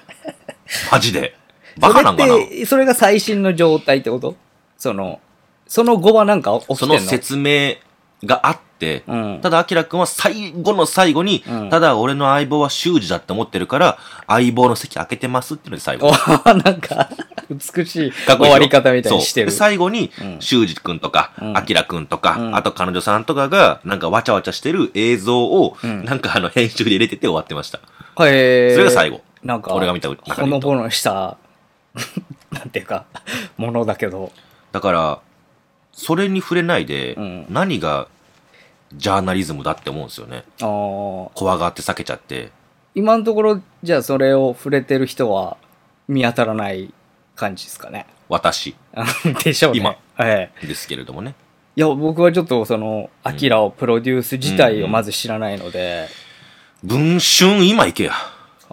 [SPEAKER 2] マジで。バカなんかな
[SPEAKER 1] それって、それが最新の状態ってことその、その後はなんか起きて
[SPEAKER 2] そ
[SPEAKER 1] んの
[SPEAKER 2] の説明があって、
[SPEAKER 1] うん。
[SPEAKER 2] ただ、アキラくんは最後の最後に、
[SPEAKER 1] うん
[SPEAKER 2] ただ俺の相棒は修二だって思ってるから、相棒の席開けてますっていうので最後。
[SPEAKER 1] おなんか、美しい
[SPEAKER 2] か
[SPEAKER 1] 終
[SPEAKER 2] っこいいでしょ
[SPEAKER 1] わり方みたいにしてる。
[SPEAKER 2] そうで最後に
[SPEAKER 1] うん、
[SPEAKER 2] 修二くんとか
[SPEAKER 1] う、ん
[SPEAKER 2] アキラくんとか、
[SPEAKER 1] うん
[SPEAKER 2] あと彼女さんとかが、なんかわちゃわちゃしてる映像を、
[SPEAKER 1] うん
[SPEAKER 2] なんかあの編集で入れてて終わってました。
[SPEAKER 1] へー
[SPEAKER 2] それが最後。
[SPEAKER 1] なんか、
[SPEAKER 2] 俺が見た中で言うと
[SPEAKER 1] ほのぼのした、 なんていうか、ものだけど。
[SPEAKER 2] だから、それに触れないで、
[SPEAKER 1] うん
[SPEAKER 2] 何がジャーナリズムだって思うんですよね。
[SPEAKER 1] あー
[SPEAKER 2] 怖がって避けちゃって。
[SPEAKER 1] 今のところ、じゃあそれを触れてる人は見当たらない感じですかね。
[SPEAKER 2] 私
[SPEAKER 1] でしょうね。
[SPEAKER 2] 今
[SPEAKER 1] ええ
[SPEAKER 2] ですけれどもね。
[SPEAKER 1] いや、僕はちょっとその、アキラをプロデュース自体をまず知らないので、
[SPEAKER 2] 文春今行けや。
[SPEAKER 1] ああ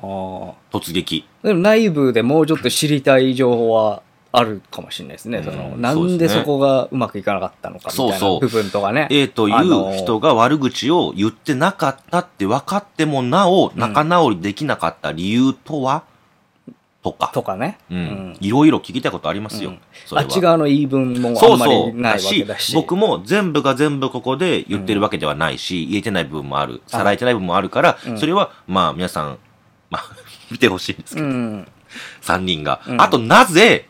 [SPEAKER 2] 突撃。
[SPEAKER 1] でも内部でもうちょっと知りたい情報はあるかもしれないですね。
[SPEAKER 2] うん
[SPEAKER 1] その
[SPEAKER 2] そうですね
[SPEAKER 1] なんでそこがうまくいかなかったのかみたい
[SPEAKER 2] そ
[SPEAKER 1] な
[SPEAKER 2] うそ
[SPEAKER 1] 部
[SPEAKER 2] う
[SPEAKER 1] 分とかね。
[SPEAKER 2] A とい
[SPEAKER 1] あの
[SPEAKER 2] う人が悪口を言ってなかったって分かってもなお仲直りできなかった理由とは、とか。
[SPEAKER 1] とかね。
[SPEAKER 2] う
[SPEAKER 1] うんん。
[SPEAKER 2] いろいろ聞きたいことありますよ。
[SPEAKER 1] うん
[SPEAKER 2] そ
[SPEAKER 1] あ
[SPEAKER 2] れ
[SPEAKER 1] っ
[SPEAKER 2] は
[SPEAKER 1] ち側の言い分もあ
[SPEAKER 2] そ
[SPEAKER 1] ん
[SPEAKER 2] う
[SPEAKER 1] ま
[SPEAKER 2] そ
[SPEAKER 1] り
[SPEAKER 2] う。
[SPEAKER 1] ないわ
[SPEAKER 2] だ
[SPEAKER 1] け
[SPEAKER 2] し
[SPEAKER 1] だし。、
[SPEAKER 2] 僕も全部が全部ここで言ってるわけではないし、言えてない部分もある、さらえてない部分もあるから、
[SPEAKER 1] うん
[SPEAKER 2] それは、まあ皆さん、まあ、 見てほしいんですけ
[SPEAKER 1] う
[SPEAKER 2] ど、
[SPEAKER 1] ん。
[SPEAKER 2] 3人が。
[SPEAKER 1] うん
[SPEAKER 2] あとなぜ、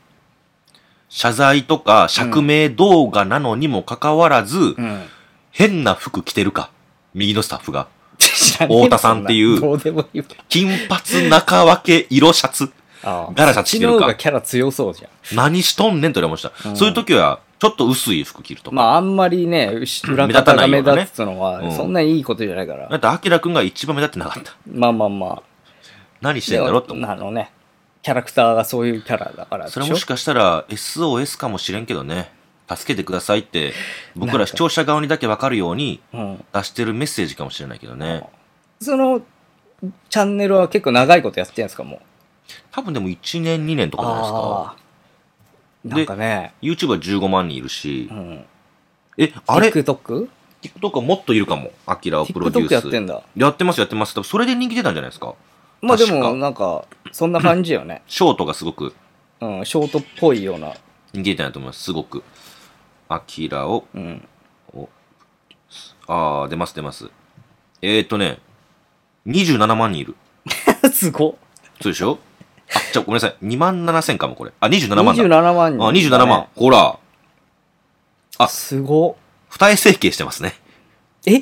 [SPEAKER 2] 謝罪とか釈明動画なのにもかかわらず、
[SPEAKER 1] うん。
[SPEAKER 2] 変な服着てるか。右のスタッフが。
[SPEAKER 1] 知らねえよ
[SPEAKER 2] 太田さんってい う
[SPEAKER 1] そなどうでもいいわ。
[SPEAKER 2] 金髪中分け色シャツ。
[SPEAKER 1] あ
[SPEAKER 2] ガラシャつけて
[SPEAKER 1] そっちの方
[SPEAKER 2] るか
[SPEAKER 1] がキャラ強そうじゃん。
[SPEAKER 2] 何しとんねんと思いました。
[SPEAKER 1] うん
[SPEAKER 2] そういう時は、ちょっと薄い服着るとか。
[SPEAKER 1] まああんまりね、うし裏
[SPEAKER 2] 目立
[SPEAKER 1] 方
[SPEAKER 2] たな
[SPEAKER 1] が
[SPEAKER 2] いよ
[SPEAKER 1] 目
[SPEAKER 2] うなね
[SPEAKER 1] 立つの
[SPEAKER 2] う
[SPEAKER 1] は、
[SPEAKER 2] ん
[SPEAKER 1] そんないいことじゃないか
[SPEAKER 2] だ
[SPEAKER 1] ら。
[SPEAKER 2] って、アキラくんが一番目立ってなかった。
[SPEAKER 1] まあまあまあ。
[SPEAKER 2] 何してんだろうと思
[SPEAKER 1] あ
[SPEAKER 2] っ
[SPEAKER 1] のね、キャラクターがそういうキャラだから
[SPEAKER 2] た。
[SPEAKER 1] でし
[SPEAKER 2] そ
[SPEAKER 1] ょ。
[SPEAKER 2] れもしかしたら、SOS かもしれんけどね。助けてくださいって、僕
[SPEAKER 1] なん
[SPEAKER 2] ら
[SPEAKER 1] か
[SPEAKER 2] 視聴者側にだけわかるように
[SPEAKER 1] うん。
[SPEAKER 2] 出してるメッセージかもしれないけどね。
[SPEAKER 1] そのチャンネルは結構長いことやってるんですかもう。
[SPEAKER 2] 多分でも1年2年とかじゃないですか。
[SPEAKER 1] あーなんかね、
[SPEAKER 2] YouTube は15万人いるし
[SPEAKER 1] う。ん、
[SPEAKER 2] え、あれ
[SPEAKER 1] TikTok?
[SPEAKER 2] ?TikTok はもっといるかも。アキラをプロデュー
[SPEAKER 1] TikTok
[SPEAKER 2] ス。
[SPEAKER 1] やってんだ。
[SPEAKER 2] やってます、やってます。多分それで人気出たんじゃないですか。
[SPEAKER 1] まあで
[SPEAKER 2] 確か
[SPEAKER 1] もなんか、そんな感じよね。
[SPEAKER 2] ショートがすごく
[SPEAKER 1] うん、ショートっぽいような。
[SPEAKER 2] 人気出たんだと思います。すごく。アキラを、
[SPEAKER 1] うん。
[SPEAKER 2] おあー、出ます、出ます。えーとね、27万人いる。
[SPEAKER 1] すご
[SPEAKER 2] そうでしょあ、じゃあごめんなさい。2万7千かも、これ。あ、27万だ。
[SPEAKER 1] 27万人、
[SPEAKER 2] あ、27万。。ほら、あ
[SPEAKER 1] すご。
[SPEAKER 2] 二重整形してますね。
[SPEAKER 1] え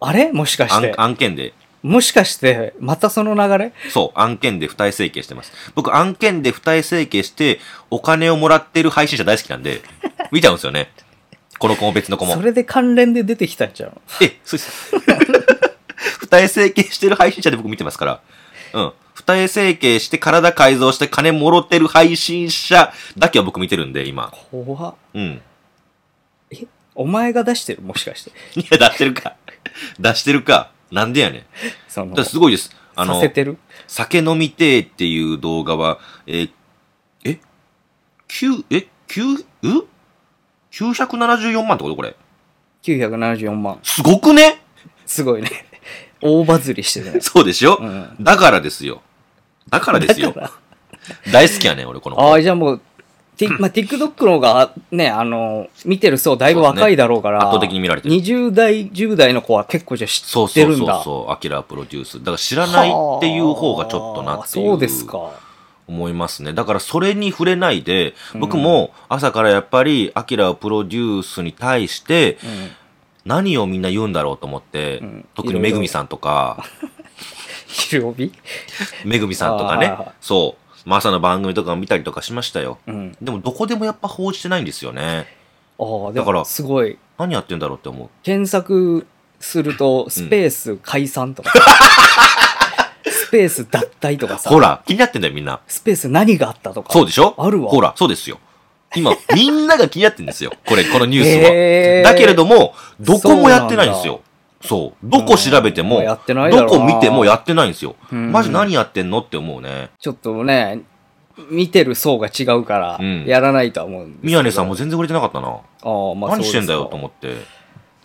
[SPEAKER 1] あれもしかし
[SPEAKER 2] 案
[SPEAKER 1] て。
[SPEAKER 2] 案件で。
[SPEAKER 1] もしかして、またその流れ
[SPEAKER 2] そう、案件で二重整形してます。僕、案件で二重整形して、お金をもらってる配信者大好きな んで、見ちゃうんですよね。この子も別の子も
[SPEAKER 1] そ。れで関連で出てきたんちゃうの
[SPEAKER 2] え、そうです。 二重整形してる配信者で僕見てますから。うん。二重整形して体改造して金もろてる配信者だけは僕見てるんで、今。
[SPEAKER 1] 怖っ
[SPEAKER 2] うん。
[SPEAKER 1] お前が出してるもしかして。
[SPEAKER 2] いや、出してるか。 出してるか。なんでやねん。
[SPEAKER 1] そ
[SPEAKER 2] だ
[SPEAKER 1] の、
[SPEAKER 2] からすごいです。あ
[SPEAKER 1] さ
[SPEAKER 2] の
[SPEAKER 1] せ、てる
[SPEAKER 2] 酒飲みてーっていう動画は、えーえ ?9、え ?9、う ?974 万ってことこれ。
[SPEAKER 1] ?974 万。
[SPEAKER 2] すご くね
[SPEAKER 1] すごいね。大バズりしてるね。
[SPEAKER 2] そうでしょ、
[SPEAKER 1] うん
[SPEAKER 2] だからですよ。だからですよ。大好きやねん、俺、この子。
[SPEAKER 1] ああ、じゃあもう、 ティまあ、TikTok の方が、ね、あの、見てる層だいぶ若いだろうから、
[SPEAKER 2] そうですね圧倒的に見られてる
[SPEAKER 1] 20代、10代の子は結構じゃあ知
[SPEAKER 2] そう
[SPEAKER 1] っ
[SPEAKER 2] そ
[SPEAKER 1] て
[SPEAKER 2] う
[SPEAKER 1] るん
[SPEAKER 2] そ
[SPEAKER 1] だ。
[SPEAKER 2] うそう、アキラプロデュース。だから知らないっていう方がちょっとなってい
[SPEAKER 1] はあそううですか。
[SPEAKER 2] 思いますね。だからそれに触れないで、僕も朝からやっぱりアキラをプロデュースに対して
[SPEAKER 1] うん
[SPEAKER 2] 何をみんな言うんだろうと思って、
[SPEAKER 1] ん
[SPEAKER 2] 特にめぐみさん とか、
[SPEAKER 1] 昼帯
[SPEAKER 2] めぐみさんとか
[SPEAKER 1] あーはいはい
[SPEAKER 2] ね、そう、まあ朝の番組とかを見たりとかしましたよ。
[SPEAKER 1] うん。
[SPEAKER 2] でもどこでもやっぱ報じてないんですよね。
[SPEAKER 1] ああ、で
[SPEAKER 2] だか
[SPEAKER 1] も
[SPEAKER 2] ら
[SPEAKER 1] すごい。
[SPEAKER 2] 何やってんだろうって思う。
[SPEAKER 1] 検索すると、スペース解散とか、 スペース脱退とかさ、
[SPEAKER 2] ほら、気になってんだよみんな。
[SPEAKER 1] スペース何があったとか。
[SPEAKER 2] そうでしょ
[SPEAKER 1] あるわ
[SPEAKER 2] ほら、そうですよ。今、みんなが気になってんですよ。 これ、このニュースは。
[SPEAKER 1] へー
[SPEAKER 2] だけれども、どこもやってないんですよ。そう。どこ調べても、
[SPEAKER 1] うんやってないだろ
[SPEAKER 2] ど
[SPEAKER 1] うな
[SPEAKER 2] こ見てもやってないんですよ。
[SPEAKER 1] うん
[SPEAKER 2] マジ何やってんのって思うね。
[SPEAKER 1] ちょっとね、見てる層が違うから、
[SPEAKER 2] うん
[SPEAKER 1] やらないとは思うんですけど。
[SPEAKER 2] 宮根さんも全然売れてなかったな。
[SPEAKER 1] ああ、まあ、
[SPEAKER 2] 何してんだよと
[SPEAKER 1] そうですか
[SPEAKER 2] 思って。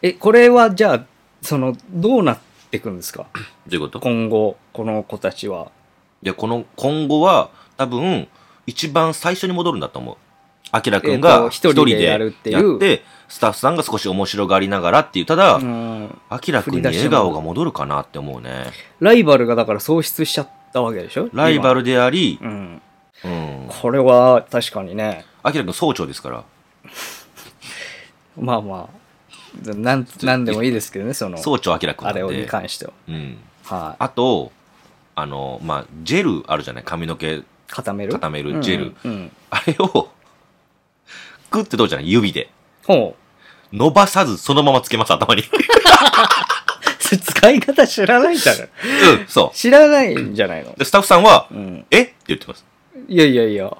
[SPEAKER 1] え、これはじゃあ、その、どうなっていくんですか
[SPEAKER 2] どういうこと
[SPEAKER 1] 今後、この子たちは。
[SPEAKER 2] いや、この、今後は、多分、一番最初に戻るんだと思う。アキラく
[SPEAKER 1] え
[SPEAKER 2] ん
[SPEAKER 1] ーと
[SPEAKER 2] が
[SPEAKER 1] 一人
[SPEAKER 2] 一人
[SPEAKER 1] で
[SPEAKER 2] で
[SPEAKER 1] や
[SPEAKER 2] や
[SPEAKER 1] る
[SPEAKER 2] っ
[SPEAKER 1] っていう
[SPEAKER 2] て、スタッフさんが少し面白がりながらっていう、ただ
[SPEAKER 1] う、ん
[SPEAKER 2] アキラくんに笑顔が戻るかなって思うね。
[SPEAKER 1] ライバルがだから喪失しちゃったわけでしょ
[SPEAKER 2] ライバ
[SPEAKER 1] ル。
[SPEAKER 2] ルであり
[SPEAKER 1] う、ん。
[SPEAKER 2] うん。
[SPEAKER 1] これは確かにね、
[SPEAKER 2] アキラくん総長ですから。
[SPEAKER 1] まあまあ、なん、なんでもいいですけどね、その、
[SPEAKER 2] 総長アキラくんな
[SPEAKER 1] あ
[SPEAKER 2] んで。
[SPEAKER 1] れをに関しては。
[SPEAKER 2] うん。
[SPEAKER 1] はい、
[SPEAKER 2] あと、あの、まあ、ジェルあるじゃない髪の毛
[SPEAKER 1] 固める
[SPEAKER 2] 固めるジェル。
[SPEAKER 1] うん。うん
[SPEAKER 2] あれを、くってどうじゃない指で。
[SPEAKER 1] ほう。
[SPEAKER 2] 伸ばさずそのままつけます、頭に。
[SPEAKER 1] それ使い方知らないじゃない
[SPEAKER 2] うん、そ
[SPEAKER 1] 知らないんじゃないの
[SPEAKER 2] う。で、スタッフさんは、
[SPEAKER 1] うん。
[SPEAKER 2] えって言ってます。
[SPEAKER 1] いやいやいや。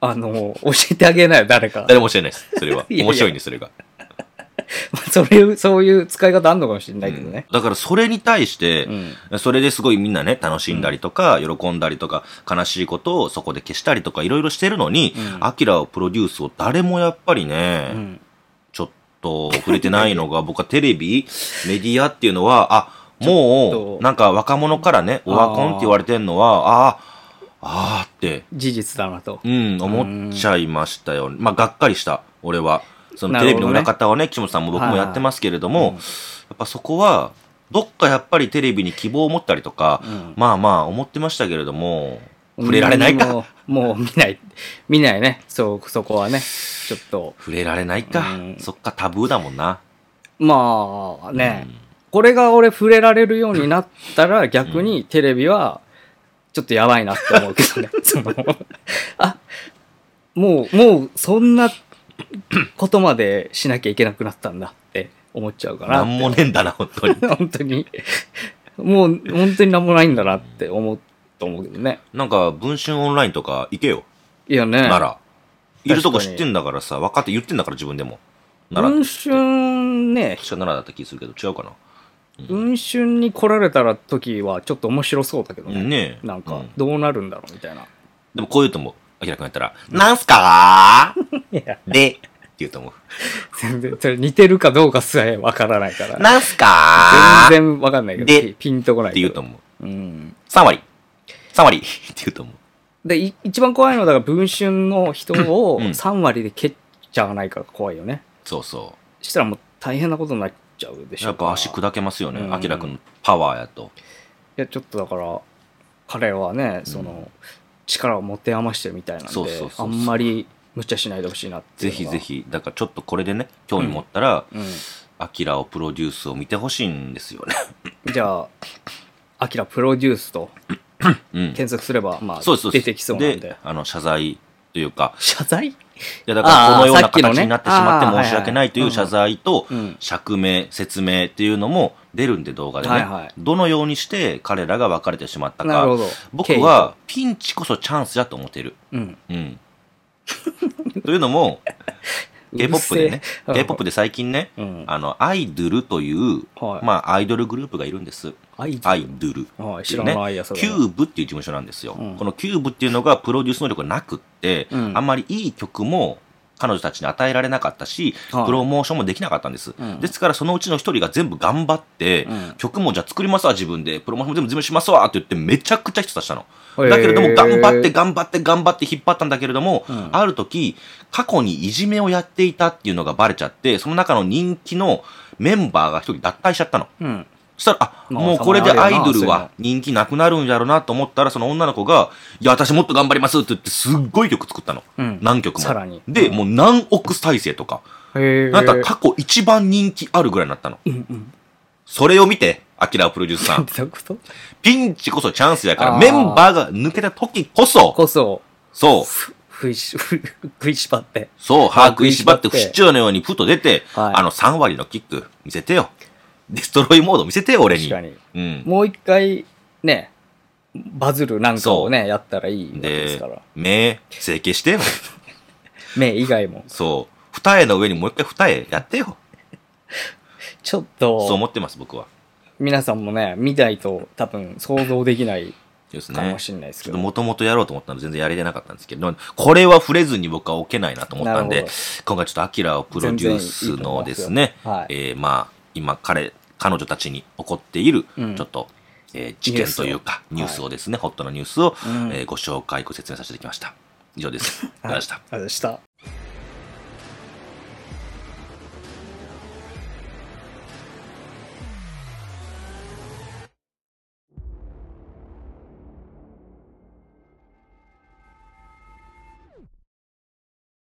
[SPEAKER 1] あの、教えてあげなよ、誰か。
[SPEAKER 2] 誰も教えないです。それは。
[SPEAKER 1] いやいや
[SPEAKER 2] 面白いんです、それが。
[SPEAKER 1] それ、そういう使い方あんのかもしれないけどね。
[SPEAKER 2] だからそれに対して
[SPEAKER 1] う、ん。
[SPEAKER 2] それですごいみんなね、楽しんだりとか、喜んだりとか、悲しいことをそこで消したりとか、いろいろしてるのに
[SPEAKER 1] う、ん
[SPEAKER 2] アキラをプロデュースを誰もやっぱりね、
[SPEAKER 1] うん。
[SPEAKER 2] ちょっと触れてないの が、僕はテレビ、メディアっていうのは、あ、も
[SPEAKER 1] ちょっ
[SPEAKER 2] う、
[SPEAKER 1] と
[SPEAKER 2] なんか若者からね、オワコンって言われてんのは、ああ、ああって、
[SPEAKER 1] 事実だなと。
[SPEAKER 2] うん、思っちゃいましたよ。まあ、がっかりした、俺は。その
[SPEAKER 1] な
[SPEAKER 2] テ
[SPEAKER 1] る
[SPEAKER 2] レ
[SPEAKER 1] ほどね
[SPEAKER 2] ビの裏方をね、岸本さんも僕もやってますけれども、やっぱそこは、どっかやっぱりテレビに希望を持ったりとか、
[SPEAKER 1] うん
[SPEAKER 2] まあまあ思ってましたけれども、触れられないか。
[SPEAKER 1] もう、もう見ない、見ないね。そう、そこはね。ちょっと、
[SPEAKER 2] 触れられないか
[SPEAKER 1] うん。
[SPEAKER 2] そっか、タブーだもんな。
[SPEAKER 1] まあね、
[SPEAKER 2] うん
[SPEAKER 1] これが俺触れられるようになったら逆にテレビはちょっとやばいなって思うけ どね。その、あ、もう、もうそんなことまでしなきゃいけなくなったんだって思っちゃうから。
[SPEAKER 2] なんもねえんだな、本当 に。
[SPEAKER 1] 本当に。もう本当になんもないんだなって思うと思うけどね。
[SPEAKER 2] なんか、文春オンラインとか行けよ。
[SPEAKER 1] いやね。
[SPEAKER 2] なら。いるとこ
[SPEAKER 1] 確か
[SPEAKER 2] 知
[SPEAKER 1] に
[SPEAKER 2] ってんだからさ、分かって言ってんだから自分でも。なら。
[SPEAKER 1] 文
[SPEAKER 2] 確
[SPEAKER 1] 春ね、
[SPEAKER 2] か奈良だった気するけど、違うかな。
[SPEAKER 1] 文春に来られたら時はちょっと面白そうだけど
[SPEAKER 2] う
[SPEAKER 1] ね。
[SPEAKER 2] んねえ。
[SPEAKER 1] なん
[SPEAKER 2] う
[SPEAKER 1] かどうなるんだろうみたいな。
[SPEAKER 2] でもこう言うと思う。明らかにやったら、なんすか
[SPEAKER 1] いや
[SPEAKER 2] ーで、って言うと思う。
[SPEAKER 1] 全然、それ似てるかどうかすらわからないから。
[SPEAKER 2] なんすかー
[SPEAKER 1] 全然わかんないけど、
[SPEAKER 2] で
[SPEAKER 1] ピピンとこない
[SPEAKER 2] っ
[SPEAKER 1] け
[SPEAKER 2] て
[SPEAKER 1] ど
[SPEAKER 2] 言うと思う。
[SPEAKER 1] うん。
[SPEAKER 2] 3割。3割って言うと思う。
[SPEAKER 1] で、い一番怖いのは、だから、文春の人を
[SPEAKER 2] うん
[SPEAKER 1] 3割で蹴っちゃわないから怖いよね。
[SPEAKER 2] そうそ
[SPEAKER 1] したらもう大変なことになっちゃうで
[SPEAKER 2] う。
[SPEAKER 1] しょ。
[SPEAKER 2] やっぱ足砕けますよね。
[SPEAKER 1] うん
[SPEAKER 2] 明らかのパワーやと。
[SPEAKER 1] いや、ちょっとだから、彼はね、その、力を持て余してるみたいなんで、
[SPEAKER 2] そうそうそうそう
[SPEAKER 1] あんまり無茶しないでほしいなって
[SPEAKER 2] ぜ
[SPEAKER 1] いう
[SPEAKER 2] ひ
[SPEAKER 1] のは
[SPEAKER 2] ぜ。ひ、だからちょっとこれでね、興味持ったら、
[SPEAKER 1] う
[SPEAKER 2] アキラをプロデュースを見てほしいんですよね。
[SPEAKER 1] ん。じゃあ、アキラプロデュースと
[SPEAKER 2] うん。
[SPEAKER 1] 検索すれば、ま
[SPEAKER 2] そうですそ
[SPEAKER 1] あ、
[SPEAKER 2] うで
[SPEAKER 1] 出
[SPEAKER 2] す。
[SPEAKER 1] てきそうなんで。
[SPEAKER 2] あの、謝罪というか、
[SPEAKER 1] 謝罪
[SPEAKER 2] いやだから
[SPEAKER 1] あー
[SPEAKER 2] このよう
[SPEAKER 1] さ
[SPEAKER 2] な
[SPEAKER 1] っきのね
[SPEAKER 2] 形になってしまっ
[SPEAKER 1] あー
[SPEAKER 2] て申し訳ないとい
[SPEAKER 1] は
[SPEAKER 2] う
[SPEAKER 1] いはい
[SPEAKER 2] 謝罪と
[SPEAKER 1] うん、
[SPEAKER 2] 釈明、説明っていうのも出るんで動画で
[SPEAKER 1] はい
[SPEAKER 2] ね
[SPEAKER 1] はい。
[SPEAKER 2] どのようにして彼らが別れてしまった
[SPEAKER 1] なるほ
[SPEAKER 2] か。
[SPEAKER 1] ど。
[SPEAKER 2] 僕はピンチこそチャンスだと思ってる。
[SPEAKER 1] 経緯と、うん。
[SPEAKER 2] うん。 というのも、K-POP でね、K-POP
[SPEAKER 1] で、
[SPEAKER 2] で最近ね、
[SPEAKER 1] うん
[SPEAKER 2] あの、アイドルという、
[SPEAKER 1] はい
[SPEAKER 2] まあ、アイドルグループがいるんです。
[SPEAKER 1] アイド
[SPEAKER 2] ア
[SPEAKER 1] ル
[SPEAKER 2] イドル。
[SPEAKER 1] はい、
[SPEAKER 2] って
[SPEAKER 1] 知
[SPEAKER 2] いう
[SPEAKER 1] ら
[SPEAKER 2] ね
[SPEAKER 1] ないや、それ
[SPEAKER 2] キュ
[SPEAKER 1] は。
[SPEAKER 2] ーブっていう事務所なんですよ、
[SPEAKER 1] うん
[SPEAKER 2] このキューブっていうのがプロデュース能力がなくって、
[SPEAKER 1] うん
[SPEAKER 2] あんまりいい曲も彼女たちに与えられなかったし、
[SPEAKER 1] はい
[SPEAKER 2] プロモーションもできなかったんです、
[SPEAKER 1] うん
[SPEAKER 2] ですからそのうちの一人が全部頑張って、
[SPEAKER 1] うん
[SPEAKER 2] 曲もじゃあ作りますわ自分でプロモーションも全部自分でしますわって言ってめちゃくちゃ人たちしたの
[SPEAKER 1] へー
[SPEAKER 2] だけれども頑張って頑張って頑張って引っ張ったんだけれども、
[SPEAKER 1] うん
[SPEAKER 2] ある時過去にいじめをやっていたっていうのがバレちゃってその中の人気のメンバーが一人脱退しちゃったの
[SPEAKER 1] うん。
[SPEAKER 2] そしたら、あ、
[SPEAKER 1] まあ
[SPEAKER 2] もうこれでア
[SPEAKER 1] たま
[SPEAKER 2] イド
[SPEAKER 1] にある
[SPEAKER 2] ル
[SPEAKER 1] よな
[SPEAKER 2] は人気なくなるんやろうなと思ったら、その女の子が、いや、私もっと頑張りますって言って、すっごい曲作ったの。
[SPEAKER 1] うん
[SPEAKER 2] 何曲も。
[SPEAKER 1] さらに
[SPEAKER 2] で、
[SPEAKER 1] うん
[SPEAKER 2] もう何億再生とか。
[SPEAKER 1] へえ。
[SPEAKER 2] なんか過去一番人気あるぐらいになったの。
[SPEAKER 1] うんうん。
[SPEAKER 2] それを見て、アキラプロデュースさ
[SPEAKER 1] なん
[SPEAKER 2] ん。
[SPEAKER 1] てこと
[SPEAKER 2] ピンチこそチャンスやから、
[SPEAKER 1] あー
[SPEAKER 2] メンバーが抜けた時こそ、
[SPEAKER 1] こそ、
[SPEAKER 2] そう、
[SPEAKER 1] ふ食いし、ふ食いしばって。
[SPEAKER 2] そう、
[SPEAKER 1] 歯
[SPEAKER 2] 把握いしばって不死鳥のようにふと出て、
[SPEAKER 1] はい
[SPEAKER 2] あの3割のキック見せてよ。デストロイモード見せてよ、俺に。
[SPEAKER 1] 確かに。
[SPEAKER 2] うん。
[SPEAKER 1] もう一回、ね、バズるなんかをね、やったらいいわけです
[SPEAKER 2] で
[SPEAKER 1] から。、
[SPEAKER 2] 目、整形してよ。
[SPEAKER 1] 目以外も。
[SPEAKER 2] そう。二重の上にもう一回二重やってよ。
[SPEAKER 1] ちょっ
[SPEAKER 2] そう
[SPEAKER 1] と、
[SPEAKER 2] 思ってます、僕は。
[SPEAKER 1] 皆さんもね、見ないと多分想像できない
[SPEAKER 2] そうです
[SPEAKER 1] か
[SPEAKER 2] ね
[SPEAKER 1] も。しれないですけ
[SPEAKER 2] ちょっ
[SPEAKER 1] ど
[SPEAKER 2] と。もともとやろうと思ったので全然やれてなかったんですけど、これは触れずに僕は置けないなと思ったん
[SPEAKER 1] な
[SPEAKER 2] で
[SPEAKER 1] るほ、
[SPEAKER 2] 今回ちょっとアキラをプロデュースのですね、
[SPEAKER 1] 全然いいと思いますよ
[SPEAKER 2] えーまあ、今彼、彼女たちに起こっている、
[SPEAKER 1] うん
[SPEAKER 2] ちょっと、えー事件というか、ニ
[SPEAKER 1] ニ
[SPEAKER 2] ュ
[SPEAKER 1] ュ
[SPEAKER 2] ー
[SPEAKER 1] ー
[SPEAKER 2] ス
[SPEAKER 1] ス
[SPEAKER 2] を
[SPEAKER 1] を
[SPEAKER 2] ですね、ホットなニュースを、
[SPEAKER 1] うん
[SPEAKER 2] えーご紹介、ご説明させていきました。以上です。ありがとうございました。
[SPEAKER 1] あれでした。